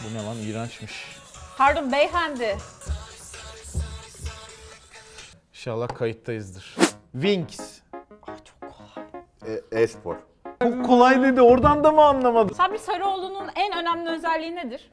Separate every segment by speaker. Speaker 1: Bu ne lan iğrençmiş.
Speaker 2: Pardon beyefendi.
Speaker 1: İnşallah kayıttayızdır. Wings.
Speaker 2: Ah,
Speaker 3: E- E-spor.
Speaker 1: Çok kolay dedi oradan da mı anlamadın?
Speaker 2: Sabri Sarıoğlu'nun en önemli özelliği nedir?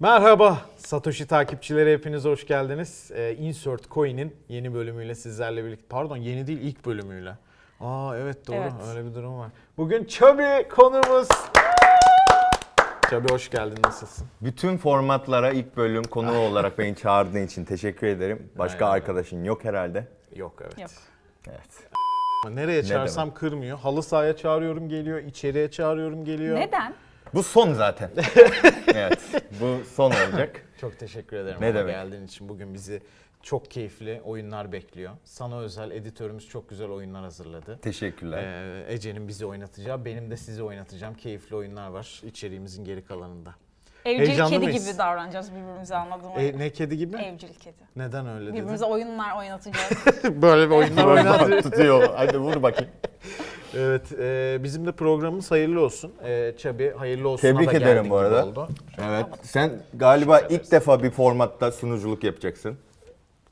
Speaker 1: Merhaba Satoshi takipçileri hepiniz hoş geldiniz. Ee, Insert Coin'in yeni bölümüyle sizlerle birlikte. Pardon yeni değil ilk bölümüyle. Aa evet doğru
Speaker 2: Evet.
Speaker 1: öyle bir durum var. Bugün Chubby konuğumuz. Chubby hoş geldin nasılsın?
Speaker 3: Bütün formatlara ilk bölüm konu olarak beni çağırdığın için teşekkür ederim. Başka
Speaker 1: Aynen.
Speaker 3: arkadaşın yok herhalde.
Speaker 1: Yok evet.
Speaker 2: Yok.
Speaker 3: Evet.
Speaker 1: Ama Nereye çağırsam kırmıyor. Halı sahaya çağırıyorum geliyor, içeriye çağırıyorum geliyor.
Speaker 2: Neden?
Speaker 3: Bu son zaten. evet. Bu son olacak.
Speaker 1: Çok teşekkür ederim
Speaker 3: Ne
Speaker 1: ama
Speaker 3: demek.
Speaker 1: geldiğin için. Bugün bizi çok keyifli oyunlar bekliyor. Sana özel editörümüz çok güzel oyunlar hazırladı.
Speaker 3: Teşekkürler.
Speaker 1: Ee, Ece'nin bizi oynatacağı, benim de sizi oynatacağım keyifli oyunlar var içeriğimizin geri kalanında.
Speaker 2: Evcil
Speaker 1: Heyecanlı
Speaker 2: kedi
Speaker 1: mıyız?
Speaker 2: gibi davranacağız birbirimize anladın mı?
Speaker 1: E, ne kedi gibi?
Speaker 2: Evcil kedi.
Speaker 1: Neden öyle
Speaker 2: Birbirimize
Speaker 1: dedin?
Speaker 2: oyunlar oynatacağız.
Speaker 1: Böyle bir oyunlar oynatıyor.
Speaker 3: Bak, tutuyor. Hadi vur bakayım.
Speaker 1: evet, e, bizim de programımız hayırlı olsun. E, Çabi hayırlı olsun.
Speaker 3: Tebrik ederim bu arada.
Speaker 1: Oldu.
Speaker 3: Evet. Sen galiba ilk defa bir formatta sunuculuk yapacaksın.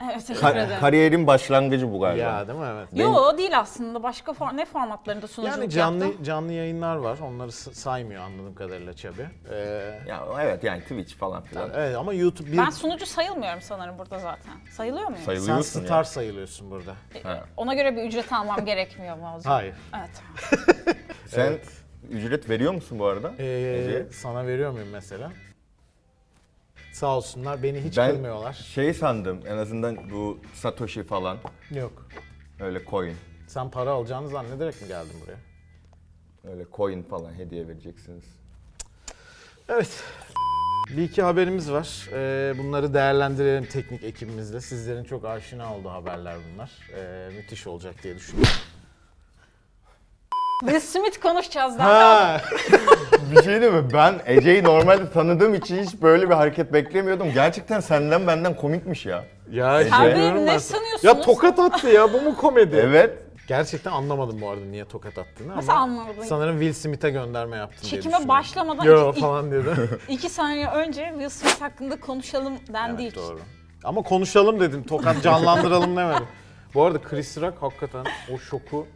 Speaker 2: evet teşekkür
Speaker 3: Ka-
Speaker 2: ederim.
Speaker 3: kariyerin başlangıcı bu galiba.
Speaker 1: Ya değil mi? Evet.
Speaker 2: Yo değil aslında. Başka for- ne formatlarında sunuculuk
Speaker 1: Yani canlı
Speaker 2: yaptın?
Speaker 1: canlı yayınlar var. Onları s- saymıyor anladığım kadarıyla Çabi. Ee,
Speaker 3: Ya evet yani Twitch falan filan.
Speaker 1: evet ama YouTube bir
Speaker 2: Ben sunucu sayılmıyorum sanırım burada zaten. Sayılıyor muyum?
Speaker 1: sen
Speaker 3: Sayılıyorsun
Speaker 1: star sayılıyorsun burada.
Speaker 3: ya. Ha.
Speaker 2: Ona göre bir ücret almam gerekmiyor mu o zaman?
Speaker 1: Hayır.
Speaker 2: Evet.
Speaker 3: Sen ücret veriyor musun bu arada?
Speaker 1: Ee,
Speaker 3: Ece?
Speaker 1: sana veriyor muyum mesela? Sağ olsunlar beni hiç
Speaker 3: Ben-
Speaker 1: kırmıyorlar.
Speaker 3: Şey sandım en azından bu Satoshi falan
Speaker 1: Yok.
Speaker 3: öyle coin.
Speaker 1: Sen para alacağını zannederek mi geldin buraya?
Speaker 3: Öyle coin falan hediye vereceksiniz.
Speaker 1: Evet. Bir iki haberimiz var. Ee, bunları değerlendirelim teknik ekibimizle. Sizlerin çok aşina olduğu haberler bunlar. Ee, müthiş olacak diye düşünüyorum.
Speaker 2: Will Smith konuşacağız daha.
Speaker 1: Ha!
Speaker 3: bir şey değil mi? Ben Ece'yi normalde tanıdığım için hiç böyle bir hareket beklemiyordum. Gerçekten senden benden komikmiş ya.
Speaker 1: ya
Speaker 3: Sen
Speaker 1: bilmiyorum
Speaker 2: benim ne
Speaker 1: ben-
Speaker 2: sanıyorsunuz?
Speaker 1: Ya tokat attı ya bu mu komedi?
Speaker 3: Evet.
Speaker 1: Gerçekten anlamadım bu arada niye tokat attığını ama.
Speaker 2: Nasıl anlamadın?
Speaker 1: Sanırım Will Smith'e gönderme yaptın diye
Speaker 2: Çekime
Speaker 1: düşünüyorum.
Speaker 2: başlamadan
Speaker 1: Yo
Speaker 2: iki,
Speaker 1: falan dedi.
Speaker 2: iki saniye önce Will Smith hakkında konuşalım dendi
Speaker 1: Evet,
Speaker 2: ilk.
Speaker 1: doğru. Ama konuşalım dedim. Tokat canlandıralım demedim. Bu arada Chris Rock hakikaten o şoku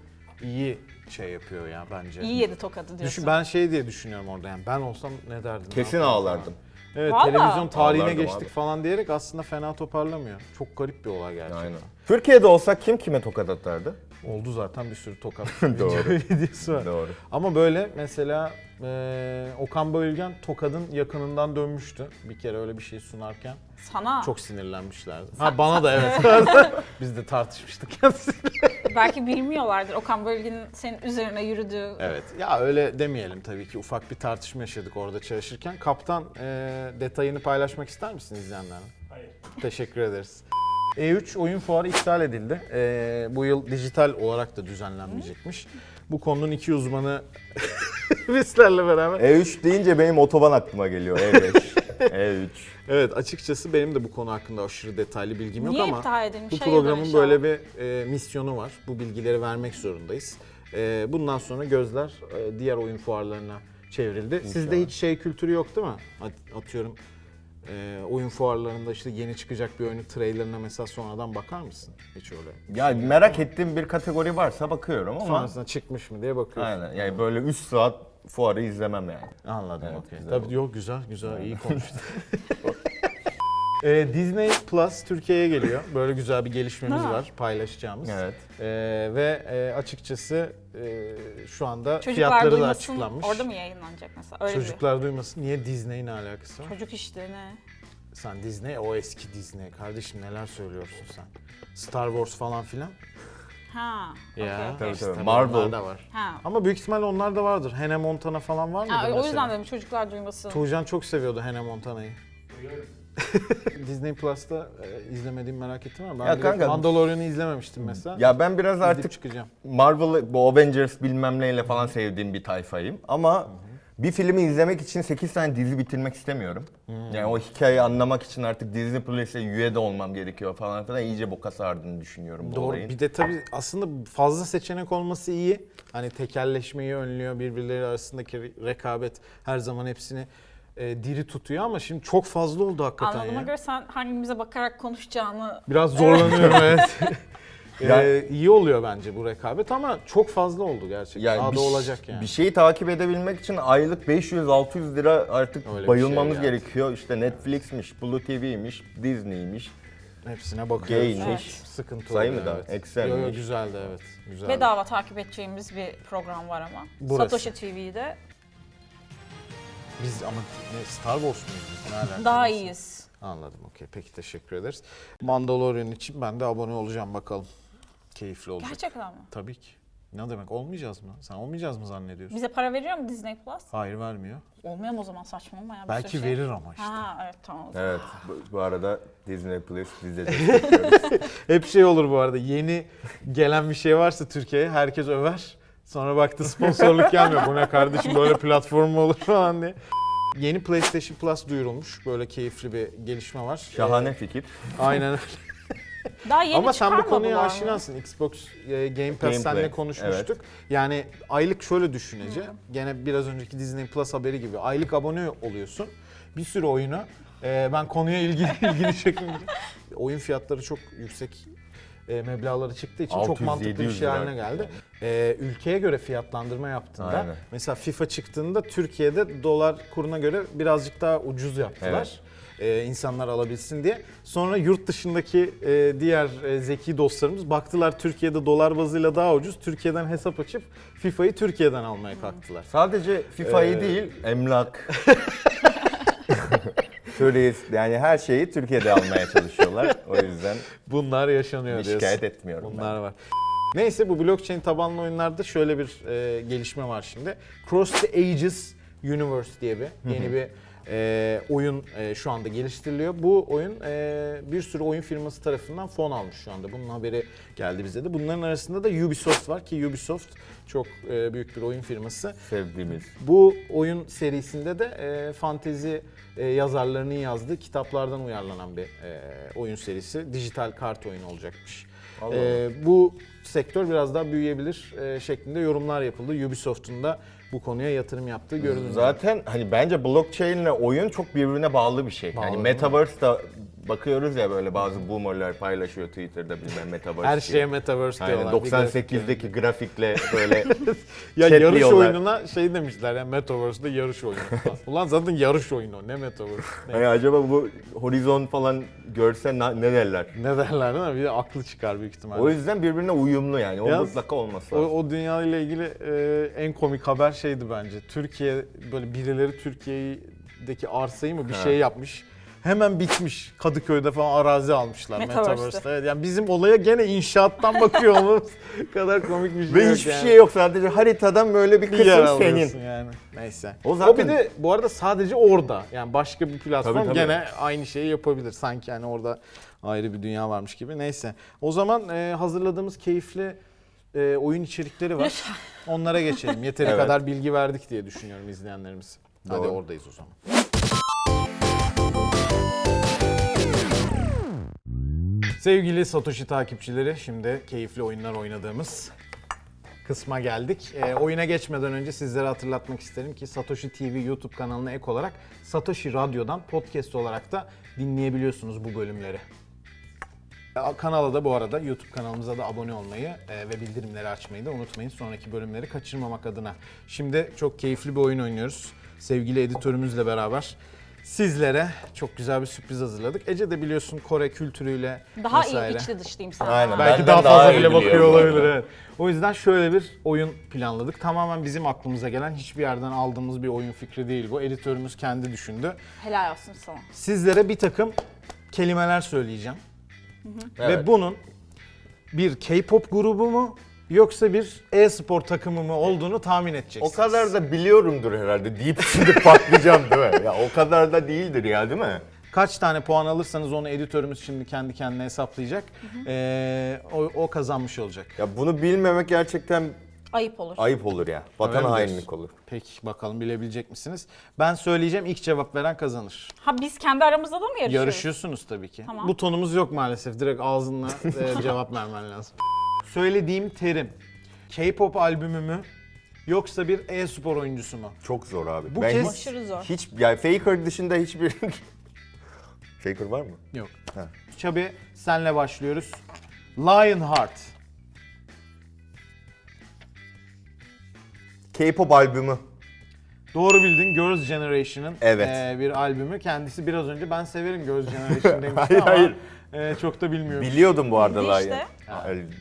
Speaker 1: iyi şey yapıyor ya bence.
Speaker 2: İyi yedi tokadı diyorsun.
Speaker 1: Düşün, ben şey diye düşünüyorum orada yani ben olsam ne derdim? ne
Speaker 3: Kesin
Speaker 1: yapardım
Speaker 3: ağlardım.
Speaker 1: falan. Evet
Speaker 2: Vallahi.
Speaker 1: televizyon tarihine
Speaker 3: Ağlardım
Speaker 1: geçtik
Speaker 3: abi.
Speaker 1: falan diyerek aslında fena toparlamıyor. Çok garip bir olay gerçekten.
Speaker 3: Aynen. Türkiye'de olsa kim kime tokat atardı?
Speaker 1: Oldu zaten bir sürü tokat
Speaker 3: Doğru.
Speaker 1: videosu var.
Speaker 3: Doğru.
Speaker 1: Ama böyle mesela e, Okan Bayülgen Tokad'ın yakınından dönmüştü. Bir kere öyle bir şey sunarken.
Speaker 2: Sana
Speaker 1: Çok sinirlenmişlerdi. Ha bana da evet. Biz de tartışmıştık kendisiyle.
Speaker 2: belki bilmiyorlardır Okan Bölge'nin senin üzerine yürüdüğü.
Speaker 1: Evet. Ya öyle demeyelim tabii ki. Ufak bir tartışma yaşadık orada çalışırken. Kaptan e, detayını paylaşmak ister misin izleyenlerle? Hayır. Teşekkür ederiz. E3 oyun fuarı iptal edildi. E, bu yıl dijital olarak da düzenlenmeyecekmiş. Bu konunun iki uzmanı bizlerle beraber.
Speaker 3: E3 E deyince benim otoban aklıma geliyor. E E5. E3.
Speaker 1: Evet açıkçası benim de bu konu hakkında aşırı detaylı bilgim yok
Speaker 2: Niye
Speaker 1: ama
Speaker 2: iptal edilmiş?
Speaker 1: bu
Speaker 2: Hayırdır
Speaker 1: programın
Speaker 2: inşallah.
Speaker 1: böyle bir e, misyonu var. Bu bilgileri vermek zorundayız. E, bundan sonra gözler e, diğer oyun fuarlarına çevrildi. Sizde hiç şey kültürü yok değil mi? At- atıyorum e, oyun fuarlarında işte yeni çıkacak bir oyunun trailerına mesela sonradan bakar mısın? Hiç öyle.
Speaker 3: Ya merak ettiğim bir kategori varsa bakıyorum ama.
Speaker 1: Sonrasında çıkmış mı diye bakıyorsun.
Speaker 3: Aynen. Yani böyle 3 saat fuarı izlemem yani.
Speaker 1: Anladım
Speaker 3: Evet,
Speaker 1: okey.
Speaker 3: güzel
Speaker 1: Tabii
Speaker 3: oldu.
Speaker 1: yok güzel güzel iyi konuştun. Ee, Disney Plus Türkiye'ye geliyor. Böyle güzel bir gelişmemiz
Speaker 2: Ha.
Speaker 1: var paylaşacağımız.
Speaker 3: Evet.
Speaker 1: Ee, ve e, açıkçası e, şu anda
Speaker 2: Çocuklar
Speaker 1: fiyatları da
Speaker 2: duymasın.
Speaker 1: açıklanmış.
Speaker 2: Orada mı yayınlanacak mesela? Öyle Çocuklar.
Speaker 1: Çocuklar duymasın. Niye Disney'in alakası var?
Speaker 2: bir. Çocuk işte ne?
Speaker 1: Sen Disney o eski Disney. Kardeşim neler söylüyorsun sen? Star Wars falan filan.
Speaker 2: Ha. okey, okey.
Speaker 3: Tabii, tabii.
Speaker 1: tabii
Speaker 3: Marvel.
Speaker 1: onlar da var.
Speaker 2: Ha.
Speaker 1: Ama büyük ihtimalle onlar da vardır. Hannah Montana falan var mıdır
Speaker 2: Ha, o
Speaker 1: mesela?
Speaker 2: yüzden dedim çocuklar duymasın.
Speaker 1: Tuğcan çok seviyordu Hannah Montana'yı. Disney Plus'ta e, izlemediğim merak ettim ama ben
Speaker 3: Ya
Speaker 1: direkt
Speaker 3: kanka-
Speaker 1: Mandalorian'ı izlememiştim mesela.
Speaker 3: Ya ben biraz
Speaker 1: Gidip
Speaker 3: artık
Speaker 1: çıkacağım.
Speaker 3: Marvel, bu Avengers bilmem neyle falan sevdiğim bir tayfayım ama bir filmi izlemek için 8 tane dizi bitirmek istemiyorum. Yani o hikayeyi anlamak için artık Disney Plus'e üye de olmam gerekiyor falan filan. iyice boka sardığını düşünüyorum bu
Speaker 1: Doğru.
Speaker 3: olayın.
Speaker 1: Bir de tabii aslında fazla seçenek olması iyi. Hani tekelleşmeyi önlüyor, birbirleri arasındaki re- rekabet her zaman hepsini e, diri tutuyor ama şimdi çok fazla oldu hakikaten
Speaker 2: Anladığıma
Speaker 1: ya.
Speaker 2: göre sen hangimize bakarak konuşacağını
Speaker 1: Biraz zorlanıyorum evet.
Speaker 3: Yani-
Speaker 1: Ee, iyi oluyor bence bu rekabet ama çok fazla oldu gerçekten.
Speaker 3: Yani
Speaker 1: Daha
Speaker 3: bir
Speaker 1: da
Speaker 3: ş-
Speaker 1: olacak yani.
Speaker 3: Bir şeyi takip edebilmek için aylık 500-600 lira artık
Speaker 1: Öyle bir
Speaker 3: bayılmamız
Speaker 1: şey yani.
Speaker 3: gerekiyor. İşte Netflix'miş, Blue TV'miş, Disney'miş.
Speaker 1: Hepsine bakıyoruz.
Speaker 3: Gain.
Speaker 2: Evet.
Speaker 1: Sıkıntı
Speaker 3: Sayı
Speaker 1: oluyor,
Speaker 3: mı da?
Speaker 1: evet.
Speaker 3: Excel
Speaker 1: Yo, yo,
Speaker 3: mi?
Speaker 1: güzeldi evet. Güzeldi.
Speaker 2: bedava takip edeceğimiz bir program var ama.
Speaker 1: Burası.
Speaker 2: Satoshi TV'de
Speaker 1: Biz ama ne, Star Wars muyuz biz? Ne alakası?
Speaker 2: daha iyiyiz.
Speaker 1: Anladım okey. Peki teşekkür ederiz. Mandalorian için ben de abone olacağım bakalım. Keyifli olacak.
Speaker 2: Gerçekten mi?
Speaker 1: Tabii ki. Ne demek olmayacağız mı? Sen olmayacağız mı zannediyorsun?
Speaker 2: Bize para veriyor mu Disney Plus?
Speaker 1: Hayır vermiyor.
Speaker 2: Olmuyor mu o zaman saçmalama ya. bir sürü
Speaker 1: Belki
Speaker 2: şey.
Speaker 1: verir ama işte.
Speaker 2: Ha evet tamam. o zaman.
Speaker 3: Evet, bu, bu arada Disney Plus bize de
Speaker 1: Hep şey olur bu arada. Yeni gelen bir şey varsa Türkiye'ye herkes över. Sonra baktı sponsorluk gelmiyor. Bu ne kardeşim böyle platform mu olur falan diye. Yeni PlayStation Plus duyurulmuş. Böyle keyifli bir gelişme var.
Speaker 3: şahane fikir.
Speaker 1: Ee, aynen.
Speaker 2: Daha yeni
Speaker 1: Ama sen bu
Speaker 2: çıkarmadılar
Speaker 1: konuya
Speaker 2: mı?
Speaker 1: aşinasın. Xbox e, Game Pass
Speaker 3: Gameplay,
Speaker 1: seninle konuşmuştuk. Yani aylık şöyle düşünece. Gene biraz önceki Disney Plus haberi gibi. Aylık abone oluyorsun. Bir sürü oyunu. e, ben konuya ilgili ilgili şekilde. Oyun fiyatları çok yüksek e, meblağları çıktığı için çok
Speaker 3: 600,
Speaker 1: mantıklı bir
Speaker 3: 700
Speaker 1: şey
Speaker 3: lira
Speaker 1: haline geldi.
Speaker 3: artık
Speaker 1: E, ülkeye göre fiyatlandırma yaptığında
Speaker 3: Aynen.
Speaker 1: mesela FIFA çıktığında Türkiye'de dolar kuruna göre birazcık daha ucuz yaptılar
Speaker 3: Evet.
Speaker 1: e, insanlar alabilsin diye. Sonra yurt dışındaki e, diğer e, zeki dostlarımız baktılar Türkiye'de dolar bazıyla daha ucuz. Türkiye'den hesap açıp FIFA'yı Türkiye'den almaya kalktılar.
Speaker 3: Sadece FIFA'yı
Speaker 1: Ee,
Speaker 3: değil, emlak. Turist, yani her şeyi Türkiye'de almaya çalışıyorlar. O yüzden
Speaker 1: Bunlar yaşanıyor
Speaker 3: bir
Speaker 1: diyorsun.
Speaker 3: şikayet etmiyorum ben.
Speaker 1: Bunlar var. Neyse bu blockchain tabanlı oyunlarda şöyle bir e, gelişme var şimdi. Cross the Ages Universe diye bir yeni bir e, oyun e, şu anda geliştiriliyor. Bu oyun e, bir sürü oyun firması tarafından fon almış şu anda. Bunun haberi geldi bize de. Bunların arasında da Ubisoft var ki Ubisoft çok e, büyük bir oyun firması.
Speaker 3: Sevdiğimiz.
Speaker 1: Bu oyun serisinde de e, fantezi e, yazarlarının yazdığı kitaplardan uyarlanan bir e, oyun serisi. Dijital kart oyunu olacakmış.
Speaker 3: Allah
Speaker 1: E, bu sektör biraz daha büyüyebilir e, şeklinde yorumlar yapıldı. Ubisoft'un da bu konuya yatırım yaptığı görünüyor.
Speaker 3: Hmm, Zaten hani bence blockchain ile oyun çok birbirine bağlı bir şey.
Speaker 1: Bağlı,
Speaker 3: yani
Speaker 1: değil mi?
Speaker 3: Metaverse da bakıyoruz ya böyle bazı boomerlar paylaşıyor Twitter'da bilmem Metaverse
Speaker 1: Her
Speaker 3: diye.
Speaker 1: şeye metaverse
Speaker 3: Aynen,
Speaker 1: diyorlar. Bir grafik-
Speaker 3: 98'deki grafikle böyle
Speaker 1: Ya
Speaker 3: chat
Speaker 1: yarış
Speaker 3: diyorlar.
Speaker 1: oyununa şey demişler ya Metaverse'de yarış oyunu. falan. Ulan zaten yarış oyunu o, ne Metaverse. Ne,
Speaker 3: hani acaba bu horizon falan görse na- ne derler?
Speaker 1: ne derler değil mi? Bir de aklı çıkar büyük ihtimalle.
Speaker 3: O yüzden birbirine uyumlu yani. O
Speaker 1: Biraz-
Speaker 3: mutlaka olması
Speaker 1: O,
Speaker 3: lazım.
Speaker 1: o dünya ile ilgili e, en komik haber şeydi bence. Türkiye böyle birileri Türkiye'deki arsayı mı bir
Speaker 3: Ha.
Speaker 1: şey yapmış. Hemen bitmiş. Kadıköy'de falan arazi almışlar
Speaker 2: Metaverse'te.
Speaker 1: Metaverse'te. Evet, yani bizim olaya gene inşaattan bakıyor olmamız kadar komik bir şey
Speaker 3: Ve
Speaker 1: yok
Speaker 3: hiçbir
Speaker 1: yani.
Speaker 3: şey yok sadece haritadan böyle bir
Speaker 1: Bir yer
Speaker 3: kısım
Speaker 1: alıyorsun
Speaker 3: senin.
Speaker 1: yani. Neyse.
Speaker 3: O
Speaker 1: O,
Speaker 3: zaten-
Speaker 1: bir de bu arada sadece orada. Yani başka bir platform
Speaker 3: Tabii, tabii.
Speaker 1: gene aynı şeyi yapabilir. Sanki yani orada ayrı bir dünya varmış gibi. Neyse. O zaman e, hazırladığımız keyifli e, oyun içerikleri var. Onlara geçelim. Yeteri
Speaker 3: Evet.
Speaker 1: kadar bilgi verdik diye düşünüyorum izleyenlerimiz. Hadi
Speaker 3: Doğru.
Speaker 1: oradayız o zaman. Sevgili Satoshi takipçileri, şimdi keyifli oyunlar oynadığımız kısma geldik. Ee, oyuna geçmeden önce sizlere hatırlatmak isterim ki Satoshi TV YouTube kanalına ek olarak Satoshi Radyo'dan podcast olarak da dinleyebiliyorsunuz bu bölümleri. Ee, Kanala da bu arada YouTube kanalımıza da abone olmayı e, ve bildirimleri açmayı da unutmayın. Sonraki bölümleri kaçırmamak adına. Şimdi çok keyifli bir oyun oynuyoruz. Sevgili editörümüzle beraber sizlere çok güzel bir sürpriz hazırladık. Ece de biliyorsun Kore kültürüyle
Speaker 2: Daha
Speaker 1: vesaire.
Speaker 2: iyi içli dışlıyım sana.
Speaker 3: Aynen.
Speaker 2: Ben...
Speaker 1: Belki
Speaker 3: Benden
Speaker 1: daha
Speaker 3: daha
Speaker 1: fazla
Speaker 3: iyi
Speaker 1: bile
Speaker 3: biliyor
Speaker 1: bakıyor
Speaker 3: bu arada.
Speaker 1: olabilir. Evet. O yüzden şöyle bir oyun planladık. Tamamen bizim aklımıza gelen hiçbir yerden aldığımız bir oyun fikri değil bu. Editörümüz kendi düşündü.
Speaker 2: Helal olsun sana.
Speaker 1: Sizlere bir takım kelimeler söyleyeceğim. Ve
Speaker 3: Evet.
Speaker 1: bunun bir K-pop grubu mu yoksa bir e-spor takımı mı olduğunu tahmin
Speaker 3: O
Speaker 1: edeceksiniz.
Speaker 3: kadar da biliyorumdur herhalde deyip şimdi patlayacağım değil mi? Ya o kadar da değildir ya değil mi?
Speaker 1: Kaç tane puan alırsanız onu editörümüz şimdi kendi kendine hesaplayacak. Ee, o, o kazanmış olacak.
Speaker 3: Ya bunu bilmemek gerçekten
Speaker 2: Ayıp olur.
Speaker 3: Ayıp olur ya. Vatan
Speaker 1: Öyle mi
Speaker 3: hainlik
Speaker 1: diyorsun?
Speaker 3: olur.
Speaker 1: Peki bakalım bilebilecek misiniz? Ben söyleyeceğim ilk cevap veren kazanır.
Speaker 2: Ha biz kendi aramızda da mı yarışıyoruz?
Speaker 1: Yarışıyorsunuz tabii ki.
Speaker 2: Şey, Tamam.
Speaker 1: Butonumuz yok maalesef. Direkt ağzınla e, cevap vermen lazım. Söylediğim terim K-pop albümü mü yoksa bir e-spor oyuncusu mu?
Speaker 3: Çok zor abi.
Speaker 1: Bu kez-
Speaker 3: hiç,
Speaker 2: Aşırı zor.
Speaker 3: hiç yani Faker dışında hiçbir Faker var mı?
Speaker 1: Yok.
Speaker 3: Ha.
Speaker 1: Çabi senle başlıyoruz. Lionheart.
Speaker 3: K-pop albümü.
Speaker 1: Doğru bildin Girls Generation'ın
Speaker 3: Evet.
Speaker 1: e, bir albümü. Kendisi biraz önce ben severim Girls Generation demişti
Speaker 3: Hayır,
Speaker 1: ama
Speaker 3: hayır.
Speaker 1: e, çok da bilmiyorum.
Speaker 3: Biliyordum bu arada
Speaker 2: Bildi
Speaker 3: Lion.
Speaker 2: işte.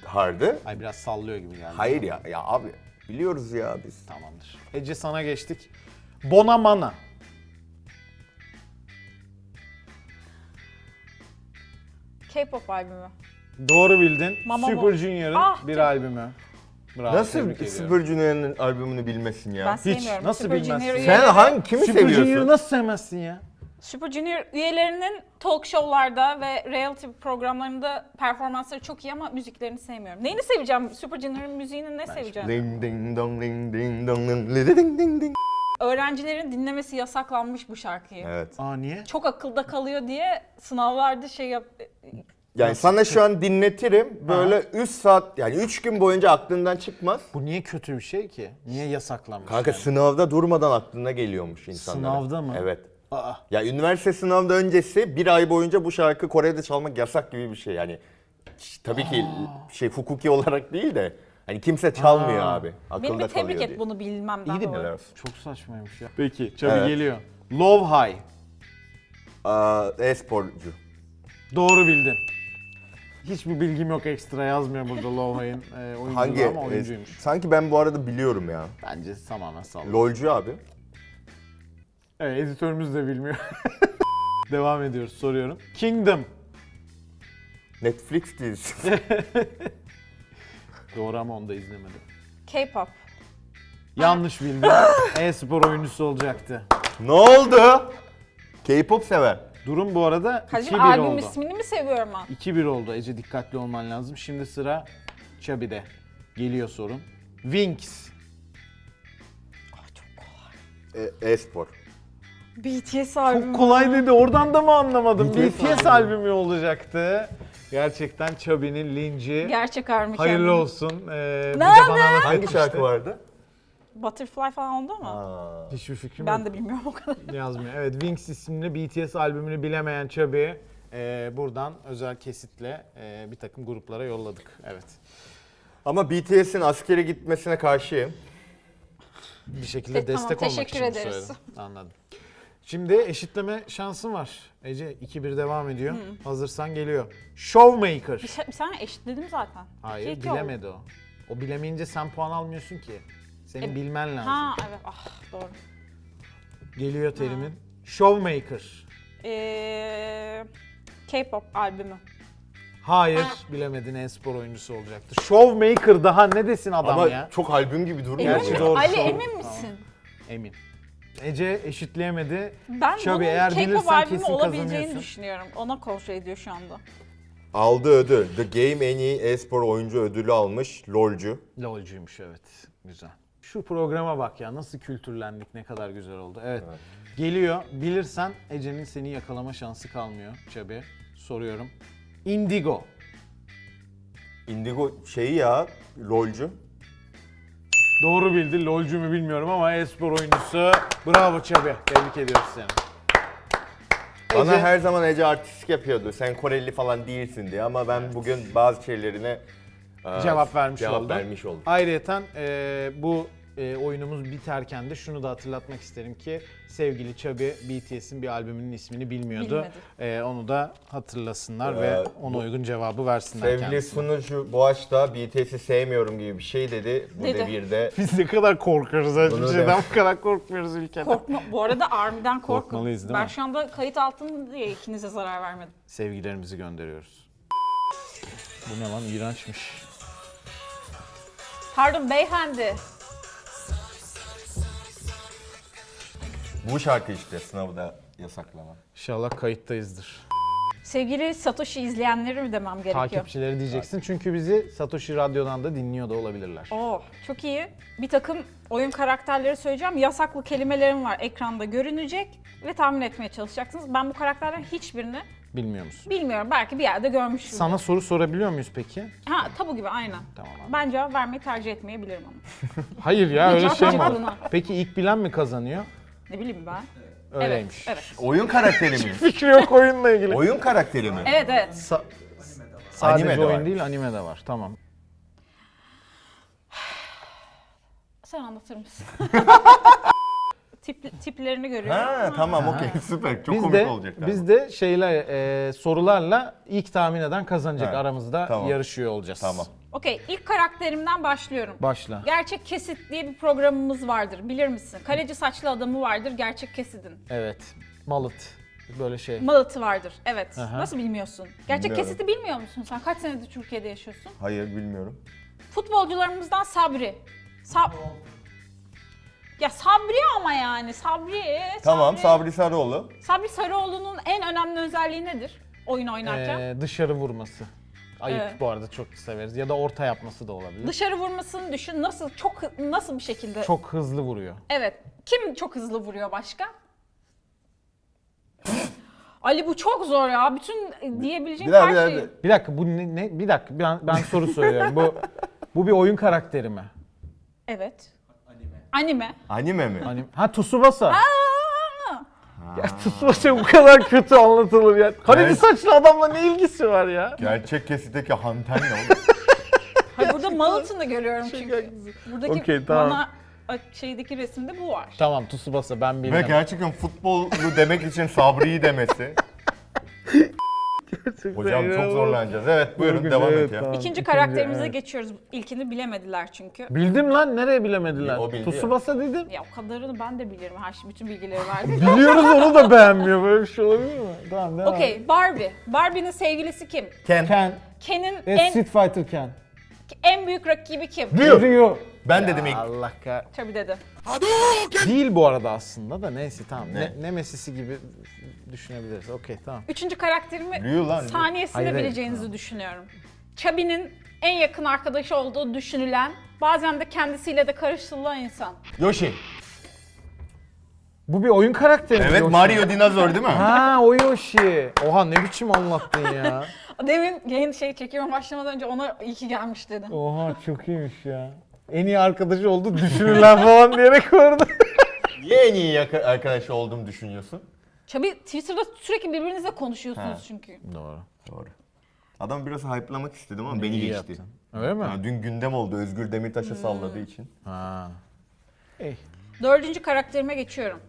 Speaker 3: Hardı.
Speaker 1: Ay biraz sallıyor gibi geldi.
Speaker 3: Hayır ya. Ya abi biliyoruz ya biz.
Speaker 1: Tamamdır. Ece sana geçtik. Bonamana.
Speaker 2: K-pop albümü.
Speaker 1: Doğru bildin.
Speaker 2: Mamamoo.
Speaker 1: Super Junior'ın
Speaker 2: Ah,
Speaker 1: bir
Speaker 2: canım.
Speaker 1: albümü. Bravo,
Speaker 3: Nasıl
Speaker 1: tebrik ediyorum.
Speaker 3: Super Junior'ın albümünü bilmesin ya?
Speaker 2: Ben
Speaker 1: Hiç.
Speaker 2: sevmiyorum.
Speaker 1: Nasıl
Speaker 2: Super
Speaker 1: bilmezsin?
Speaker 2: Junior
Speaker 3: Sen
Speaker 2: üyeleri-
Speaker 3: hangi kimi
Speaker 1: Super Junior'ı
Speaker 3: seviyorsun?
Speaker 1: nasıl sevmezsin ya?
Speaker 2: Super Junior üyelerinin talk show'larda ve reality programlarında performansları çok iyi ama müziklerini sevmiyorum. Neyini seveceğim? Super Junior'ın müziğini ne seveceğim?
Speaker 3: Ding ding dong ding ding dong ding li- ding ding ding.
Speaker 2: Öğrencilerin dinlemesi yasaklanmış bu şarkıyı.
Speaker 3: Evet.
Speaker 1: Aa niye?
Speaker 2: Çok akılda kalıyor diye sınavlarda şey yap...
Speaker 3: Yani sana şu an dinletirim. Böyle 3 saat yani 3 gün boyunca aklından çıkmaz.
Speaker 1: Bu niye kötü bir şey ki? Niye yasaklanmış?
Speaker 3: Kanka
Speaker 1: yani?
Speaker 3: sınavda durmadan aklına geliyormuş insanlara.
Speaker 1: Sınavda mı?
Speaker 3: Evet.
Speaker 1: Aa,
Speaker 3: Ya üniversite sınavında öncesi bir ay boyunca bu şarkı Kore'de çalmak yasak gibi bir şey yani. ş- Tabii ki şey hukuki olarak değil de hani kimse çalmıyor
Speaker 1: Aa.
Speaker 3: abi. Akılda
Speaker 2: Beni bir
Speaker 3: kalıyor
Speaker 2: tebrik et
Speaker 3: diye.
Speaker 2: bunu bilmemden
Speaker 3: İyi de
Speaker 2: dolayı.
Speaker 3: mi?
Speaker 1: çok saçmaymış ya. Peki, çabuk
Speaker 3: Evet.
Speaker 1: geliyor. Love High.
Speaker 3: Aa, e-sporcu.
Speaker 1: Doğru bildin. Hiçbir bilgim yok ekstra yazmıyor burada Love High'ın e, oyunculuğu
Speaker 3: Hangi?
Speaker 1: ama oyuncuymuş.
Speaker 3: e- sanki ben bu arada biliyorum ya.
Speaker 1: Bence tamamen sallıyor.
Speaker 3: LOLcu abi.
Speaker 1: Evet, editörümüz de bilmiyor. Devam ediyoruz, soruyorum. Kingdom.
Speaker 3: Netflix dizisi.
Speaker 1: Doğru ama onu da izlemedim.
Speaker 2: K-pop.
Speaker 1: Yanlış bildim. E-spor oyuncusu olacaktı.
Speaker 3: Ne oldu? K-pop sever.
Speaker 1: Durum bu arada
Speaker 2: Kardeşim
Speaker 1: 2-1
Speaker 2: albüm
Speaker 1: oldu.
Speaker 2: ismini mi seviyorum ben?
Speaker 1: 2-1 oldu Ece dikkatli olman lazım. Şimdi sıra Chubby'de. Geliyor sorun. Winx.
Speaker 2: Ah, çok kolay.
Speaker 3: E- E-spor.
Speaker 2: BTS albümü.
Speaker 1: Çok kolay dedi oradan da mı anlamadım?
Speaker 3: BTS
Speaker 1: BTS albümü olacaktı. Gerçekten Chubby'nin linci.
Speaker 2: Gerçek albüm.
Speaker 1: Hayırlı olsun. Ee, bir de
Speaker 2: Nerede?
Speaker 1: bana laf
Speaker 3: Hangi
Speaker 1: etmişti.
Speaker 3: şarkı vardı?
Speaker 2: Butterfly falan oldu mu?
Speaker 3: Aa,
Speaker 1: Hiçbir fikrim
Speaker 2: Ben
Speaker 1: yok.
Speaker 2: de bilmiyorum o kadar.
Speaker 1: Yazmıyor. Evet Winx isimli BTS albümünü bilemeyen Chubby ee, buradan özel kesitle ee, bir takım gruplara yolladık. Evet.
Speaker 3: Ama BTS'in askere gitmesine karşıyım.
Speaker 1: bir şekilde
Speaker 2: E, tamam,
Speaker 1: destek olmak
Speaker 2: teşekkür
Speaker 1: için bu
Speaker 2: ederiz.
Speaker 1: söyledim. Anladım. Şimdi eşitleme şansın var. Ece 2-1 devam ediyor. Hazırsan geliyor.
Speaker 2: Bir,
Speaker 1: Showmaker.
Speaker 2: şey, bir saniye eşitledim zaten.
Speaker 1: Hayır
Speaker 2: İki iki oldu.
Speaker 1: bilemedi o. O bilemeyince sen puan almıyorsun ki. Senin
Speaker 2: E,
Speaker 1: bilmen lazım.
Speaker 2: Ha evet ah doğru.
Speaker 1: Geliyor terimin. Showmaker.
Speaker 2: Ee, K-pop albümü.
Speaker 1: Hayır bilemedin e-spor oyuncusu olacaktı. Showmaker daha ne desin adam
Speaker 3: Ama
Speaker 1: ya?
Speaker 3: çok albüm gibi durmuyor.
Speaker 1: Gerçi
Speaker 3: bu ya.
Speaker 1: doğru.
Speaker 2: Ali
Speaker 1: sorun.
Speaker 2: emin misin?
Speaker 1: Emin. Ece eşitleyemedi.
Speaker 2: Ben
Speaker 1: Şöyle
Speaker 2: bunun
Speaker 1: eğer
Speaker 2: K-pop
Speaker 1: bilirsen
Speaker 2: albümü
Speaker 1: kesin
Speaker 2: olabileceğini
Speaker 1: kazanıyorsun.
Speaker 2: düşünüyorum. Ona kontrol ediyor şu anda.
Speaker 3: Aldı ödül. The Game en iyi e-spor oyuncu ödülü almış. LOLcu.
Speaker 1: LOLcuymuş evet. Güzel. Şu programa bak ya nasıl kültürlendik ne kadar güzel oldu. Evet. Geliyor. Bilirsen Ece'nin seni yakalama şansı kalmıyor Çabi. Soruyorum. Indigo.
Speaker 3: Indigo şeyi ya. LOLcu.
Speaker 1: Doğru bildi. LOLcu mu bilmiyorum ama e-spor oyuncusu. Bravo Çabi. Tebrik ediyoruz seni.
Speaker 3: Bana
Speaker 1: Ece.
Speaker 3: her zaman Ece artistik yapıyordu. Sen Koreli falan değilsin diye ama ben bugün bazı şeylerine e,
Speaker 1: Cevap vermiş
Speaker 3: cevap
Speaker 1: oldun.
Speaker 3: vermiş oldum.
Speaker 1: Ayrıyeten eee, bu eee, oyunumuz biterken de şunu da hatırlatmak isterim ki sevgili Çabi BTS'in bir albümünün ismini bilmiyordu.
Speaker 2: Bilmedi.
Speaker 1: Eee, onu da hatırlasınlar ve
Speaker 3: Ee,
Speaker 1: ona uygun cevabı versinler
Speaker 3: Sevgili
Speaker 1: kendisine.
Speaker 3: sunucu Boğaç da BTS'i sevmiyorum gibi bir şey dedi. Bu
Speaker 2: Dedi.
Speaker 3: devirde
Speaker 1: Biz ne kadar korkuyoruz ha,
Speaker 3: Bunu
Speaker 1: hiçbir şeyden
Speaker 3: de-
Speaker 1: bu kadar korkmuyoruz ülkede.
Speaker 2: Korkma, bu arada Army'den korkun.
Speaker 1: Korkmalıyız, değil mi?
Speaker 2: ben şu anda kayıt altında diye ikinize zarar vermedim.
Speaker 1: Sevgilerimizi gönderiyoruz. Bu ne lan iğrençmiş.
Speaker 2: Pardon beyefendi.
Speaker 3: bu şarkı işte sınavda yasaklama.
Speaker 1: İnşallah kayıttayızdır.
Speaker 2: Sevgili Satoshi izleyenleri mi demem gerekiyor?
Speaker 1: Takipçileri diyeceksin çünkü bizi Satoshi Radyo'dan da dinliyor da olabilirler.
Speaker 2: Oo, Oh, çok iyi. Bir takım oyun karakterleri söyleyeceğim. Yasaklı kelimelerim var ekranda görünecek ve tahmin etmeye çalışacaksınız. Ben bu karakterlerin hiçbirini
Speaker 1: Bilmiyor musun?
Speaker 2: bilmiyorum. Belki bir yerde görmüşüm.
Speaker 1: Sana soru sorabiliyor muyuz peki?
Speaker 2: Ha tabu gibi aynen.
Speaker 1: Tamam abi.
Speaker 2: Ben cevap vermeyi tercih etmeyebilirim ama.
Speaker 1: Hayır ya öyle
Speaker 2: Cevap
Speaker 1: şey mi
Speaker 2: verecek
Speaker 1: olur?
Speaker 2: buna.
Speaker 1: Peki ilk bilen mi kazanıyor?
Speaker 2: Ne bileyim ben.
Speaker 1: Öyleymiş.
Speaker 2: Evet, evet.
Speaker 3: Oyun karakteri mi?
Speaker 1: Fikri yok oyunla ilgili.
Speaker 3: Oyun karakteri mi?
Speaker 2: Evet evet.
Speaker 1: Sa- sadece
Speaker 3: Anime de
Speaker 1: oyun
Speaker 3: varmış.
Speaker 1: değil anime de var. Tamam.
Speaker 2: Sen anlatır mısın? Tip, tiplerini görüyorum.
Speaker 3: Ha tamam okey süper çok
Speaker 1: Biz
Speaker 3: komik
Speaker 1: de
Speaker 3: olacak. galiba.
Speaker 1: biz de şeyler e, sorularla ilk tahmin eden kazanacak
Speaker 3: Ha,
Speaker 1: aramızda
Speaker 3: tamam.
Speaker 1: yarışıyor olacağız.
Speaker 3: Tamam.
Speaker 2: Okey ilk karakterimden başlıyorum.
Speaker 1: Başla.
Speaker 2: Gerçek Kesit diye bir programımız vardır bilir misin? Kaleci saçlı adamı vardır Gerçek Kesit'in.
Speaker 1: Evet. Malıt. Böyle şey.
Speaker 2: Malatı vardır evet.
Speaker 1: Aha.
Speaker 2: Nasıl bilmiyorsun? Gerçek
Speaker 3: Bilmiyorum.
Speaker 2: Kesit'i bilmiyor musun sen? Kaç senedir Türkiye'de yaşıyorsun?
Speaker 3: Hayır bilmiyorum.
Speaker 2: Futbolcularımızdan Sabri. Sab ya Sabri ama yani Sabri.
Speaker 3: Tamam Sabri Sarıoğlu.
Speaker 2: Sabri Sarıoğlu'nun en önemli özelliği nedir oyun oynarken?
Speaker 1: Ee, dışarı vurması. Ayıp
Speaker 2: Evet.
Speaker 1: bu arada çok severiz. Ya da orta yapması da olabilir.
Speaker 2: Dışarı vurmasını düşün. Nasıl çok hı- nasıl bir şekilde?
Speaker 1: çok hızlı vuruyor.
Speaker 2: Evet. Kim çok hızlı vuruyor başka? Ali bu çok zor ya. Bütün e, diyebileceğim
Speaker 3: Bir daha,
Speaker 2: her
Speaker 3: bir daha,
Speaker 2: şeyi.
Speaker 3: bir-
Speaker 1: Bir dakika bu ne, ne- bir dakika ben, ben soru soruyorum. bu bu bir oyun karakteri mi?
Speaker 2: Evet. Anime.
Speaker 3: Anime mi?
Speaker 1: Hani ha Tsubasa.
Speaker 2: Aa!
Speaker 1: Ya Tsubasa bu kadar kötü anlatılır ya. Kaleci
Speaker 3: Evet.
Speaker 1: saçlı adamla ne ilgisi var ya?
Speaker 3: Gerçek kesitteki hanten ne oğlum?
Speaker 2: Hayır, burada Malat'ını görüyorum çünkü. Buradaki
Speaker 1: Okey, tamam.
Speaker 2: bana a- şeydeki resimde bu var.
Speaker 1: Tamam Tsubasa ben
Speaker 3: Ve
Speaker 1: bilmem.
Speaker 3: gerçekten futbollu demek için Sabri'yi demesi. Hocam çok zorlanacağız. Evet buyurun devam et ya.
Speaker 2: İkinci karakterimize
Speaker 1: evet.
Speaker 2: geçiyoruz. İlkini bilemediler çünkü.
Speaker 1: Bildim lan nereye bilemediler?
Speaker 3: O bildi ya.
Speaker 1: Tsubasa dedim.
Speaker 2: Ya o kadarını ben de bilirim. Her şey, bütün bilgileri verdim.
Speaker 1: Biliyoruz onu da beğenmiyor. Böyle bir şey olabilir mi? Tamam devam.
Speaker 2: Okey, Barbie. Barbie'nin sevgilisi kim?
Speaker 3: Ken.
Speaker 1: Ken.
Speaker 2: Ken'in
Speaker 1: E,
Speaker 2: en
Speaker 1: Street Fighter Ken.
Speaker 2: en büyük rakibi kim?
Speaker 3: Ryu.
Speaker 1: Ryu.
Speaker 3: Ben dedim ilk.
Speaker 1: Allah kah.
Speaker 2: Tabii dedi.
Speaker 1: Değil bu arada aslında da neyse tamam. Ne?
Speaker 3: Ne?
Speaker 1: Ne, Messi'si gibi düşünebiliriz. Okey tamam.
Speaker 2: Üçüncü karakterimi
Speaker 3: Ryu lan, Ryu.
Speaker 2: saniyesinde
Speaker 1: Hayır, hayır,
Speaker 2: bileceğinizi düşünüyorum. Chubby'nin en yakın arkadaşı olduğu düşünülen, bazen de kendisiyle de karıştırılan insan.
Speaker 3: Yoshi.
Speaker 1: Bu bir oyun karakteri mi?
Speaker 3: Evet
Speaker 1: Yoshi.
Speaker 3: Mario dinozor değil mi?
Speaker 1: Ha o Yoshi. Oha ne biçim anlattın ya.
Speaker 2: Demin yayın şey çekime başlamadan önce ona iyi ki gelmiş dedim.
Speaker 1: Oha çok iyiymiş ya. En iyi arkadaşı oldu düşünürler falan diyerek orada.
Speaker 3: Niye en iyi yaka- arkadaş olduğumu düşünüyorsun?
Speaker 2: Chubby Twitter'da sürekli birbirinizle konuşuyorsunuz
Speaker 3: Ha.
Speaker 2: çünkü.
Speaker 1: Doğru.
Speaker 3: Doğru. Adam biraz hype'lamak istedim ama beni
Speaker 1: İyi
Speaker 3: geçti.
Speaker 1: yaptın. Öyle mi?
Speaker 3: Ha, dün gündem oldu Özgür Demirtaş'ı salladığı için.
Speaker 1: Ha.
Speaker 2: Dördüncü karakterime geçiyorum.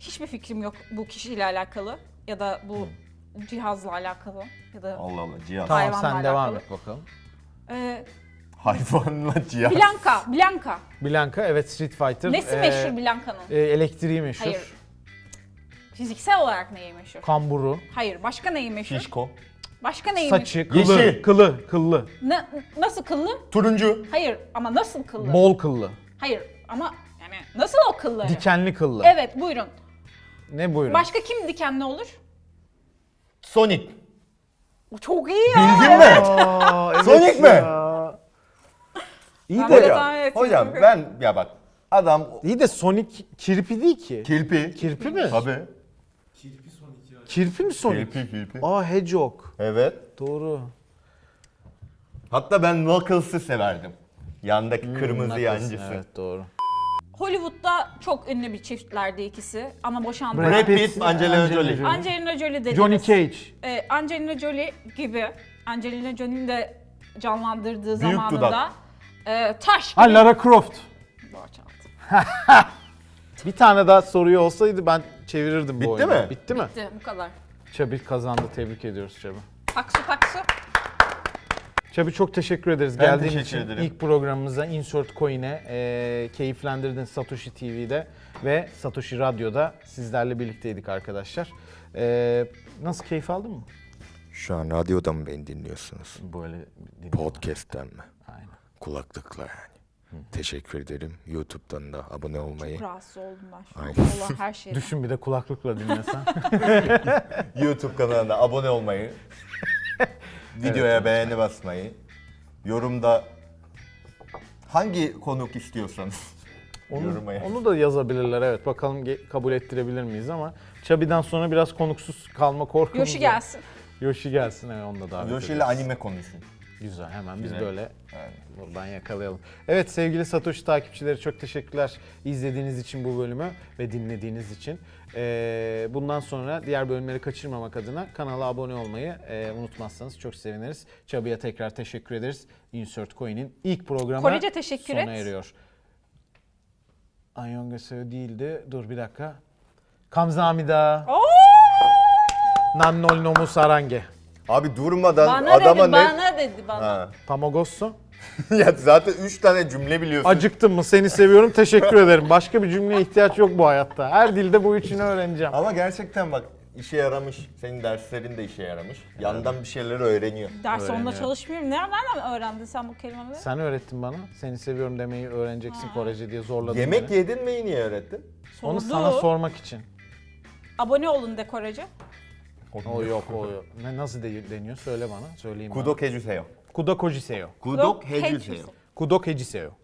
Speaker 2: Hiçbir fikrim yok bu kişiyle alakalı ya da bu cihazla alakalı ya da
Speaker 3: Allah Allah cihaz.
Speaker 2: Hayır.
Speaker 1: Tamam
Speaker 2: Hayvanla
Speaker 1: sen devam
Speaker 2: alakalı.
Speaker 1: et bakalım.
Speaker 2: Ee,
Speaker 3: Hayvanla cihaz.
Speaker 2: Blanka, Blanka.
Speaker 1: Blanka evet Street Fighter.
Speaker 2: Nesi
Speaker 1: Ee,
Speaker 2: meşhur Blanka'nın?
Speaker 1: e, elektriği meşhur.
Speaker 2: Hayır. Fiziksel olarak neyi meşhur?
Speaker 1: Kamburu.
Speaker 2: Hayır, başka neyi meşhur?
Speaker 3: Şişko.
Speaker 2: Başka neyi meşhur?
Speaker 1: Saçı, kılı,
Speaker 3: Yeşil.
Speaker 1: kılı, kıllı.
Speaker 2: Na- nasıl kıllı?
Speaker 3: Turuncu.
Speaker 2: Hayır ama nasıl kıllı?
Speaker 1: Bol kıllı.
Speaker 2: Hayır ama yani nasıl o kıllı?
Speaker 1: Dikenli kıllı.
Speaker 2: Evet buyurun.
Speaker 1: Ne buyurun?
Speaker 2: Başka kim dikenli olur?
Speaker 3: Sonic.
Speaker 2: O çok iyi ya.
Speaker 3: Bildin mi?
Speaker 1: Aa, evet
Speaker 3: Sonic mi?
Speaker 1: ya. İyi
Speaker 2: Ben
Speaker 1: de,
Speaker 2: böyle
Speaker 1: ya.
Speaker 2: tahmin
Speaker 3: Hocam,
Speaker 2: ettim.
Speaker 3: hocam ben ya bak adam
Speaker 1: iyi de Sonic kirpi değil ki.
Speaker 3: kirpi.
Speaker 1: kirpi mi?
Speaker 3: Tabii.
Speaker 1: Kirpi mi Sonic?
Speaker 3: Kirpi kirpi.
Speaker 1: Aa Hedgehog.
Speaker 3: Evet.
Speaker 1: Doğru.
Speaker 3: Hatta ben Knuckles'ı severdim. Yandaki kırmızı
Speaker 1: Haklısın,
Speaker 3: yancısı.
Speaker 1: Evet doğru.
Speaker 2: Hollywood'da çok ünlü bir çiftlerdi ikisi ama boşandı.
Speaker 1: Brad
Speaker 3: Brad
Speaker 1: Pitt,
Speaker 3: Pitt, Angelina
Speaker 1: Angelina
Speaker 3: Jolie.
Speaker 1: Jolie.
Speaker 2: Angelina Jolie dediniz.
Speaker 1: Ee, Johnny Cage.
Speaker 2: Ee, Angelina Jolie gibi Angelina Jolie'nin de canlandırdığı
Speaker 3: dudak.
Speaker 2: zamanında e, taş gibi
Speaker 1: Ha Lara Croft.
Speaker 2: borç aldı.
Speaker 1: Bir tane daha soruyu olsaydı ben çevirirdim
Speaker 3: Bitti
Speaker 1: bu oyunu.
Speaker 3: mi?
Speaker 1: Bitti mi?
Speaker 2: Bitti, Bu kadar.
Speaker 1: Çabi kazandı. Tebrik ediyoruz Çabi.
Speaker 2: Taksu taksu.
Speaker 1: Çabi çok teşekkür ederiz
Speaker 3: Ben
Speaker 1: geldiğin
Speaker 3: teşekkür
Speaker 1: için.
Speaker 3: ederim.
Speaker 1: ilk programımıza Insert Coin'e e, keyiflendirdin Satoshi TV'de ve Satoshi Radyo'da sizlerle birlikteydik arkadaşlar. E, nasıl keyif aldın mı?
Speaker 4: Şu an radyodan mı beni dinliyorsunuz?
Speaker 1: Böyle
Speaker 4: Podcast'ten mi?
Speaker 1: Aynen.
Speaker 4: Kulaklıkla yani. Teşekkür ederim. YouTube'dan da abone olmayı.
Speaker 2: Rahatsız oldum ben şu an.
Speaker 4: Aynen.
Speaker 2: Allah her şeyden.
Speaker 1: Düşün bir de kulaklıkla dinlesen.
Speaker 3: YouTube kanalına abone olmayı, videoya beğeni basmayı, yorumda hangi konuk istiyorsanız
Speaker 1: Onu,
Speaker 3: yoruma yaz.
Speaker 1: onu da yazabilirler evet. Bakalım ge- kabul ettirebilir miyiz ama Chubby'den sonra biraz konuksuz kalma korkumuz
Speaker 2: Yoşu
Speaker 1: var.
Speaker 2: gelsin.
Speaker 1: Yoshi gelsin evet onda davet
Speaker 3: Yoshi ile
Speaker 1: ediyoruz.
Speaker 3: anime konuşun.
Speaker 1: Güzel hemen biz
Speaker 3: Güzel.
Speaker 1: böyle
Speaker 3: Yani.
Speaker 1: buradan yakalayalım. Evet sevgili Satoshi takipçileri çok teşekkürler izlediğiniz için bu bölümü ve dinlediğiniz için. Ee, bundan sonra diğer bölümleri kaçırmamak adına kanala abone olmayı e, unutmazsanız çok seviniriz. Chubby'ye tekrar teşekkür ederiz. Insert Coin'in ilk programı
Speaker 2: Korece teşekkür
Speaker 1: sona
Speaker 2: et.
Speaker 1: eriyor. Anyongaseo değildi. Dur bir dakika. Kamzamida.
Speaker 2: Oo!
Speaker 1: Nannol nomu sarange.
Speaker 3: Abi durmadan
Speaker 2: Bana
Speaker 3: adama
Speaker 2: dedi,
Speaker 3: ne...
Speaker 2: bana dedi bana.
Speaker 3: Ha.
Speaker 1: Pamogosso.
Speaker 3: ya zaten 3 tane cümle biliyorsun.
Speaker 1: Acıktın mı? Seni seviyorum. Teşekkür ederim. Başka bir cümleye ihtiyaç yok bu hayatta. Her dilde bu üçünü öğreneceğim.
Speaker 3: Ama gerçekten bak işe yaramış. Senin derslerin de işe yaramış. Yandan bir şeyleri öğreniyor.
Speaker 2: Ders sonunda
Speaker 1: Öğreniyor.
Speaker 2: çalışmıyorum. Nereden öğrendin sen bu kelimeleri?
Speaker 1: Sen öğrettin bana. Seni seviyorum demeyi öğreneceksin Korece diye zorladın
Speaker 3: Yemek
Speaker 1: beni.
Speaker 3: yedin mi niye öğrettin?
Speaker 1: Onu
Speaker 2: Sordu.
Speaker 1: sana sormak için.
Speaker 2: Abone olun de Korece.
Speaker 1: O
Speaker 3: 어,
Speaker 1: yok o yok. Ne, nasıl de- deniyor? Söyle bana. Söyleyeyim
Speaker 3: Kudok hejuseyo.
Speaker 1: bana. Kudok hojiseo.
Speaker 2: Kudok hejuseo.
Speaker 1: Kudok hejiseo.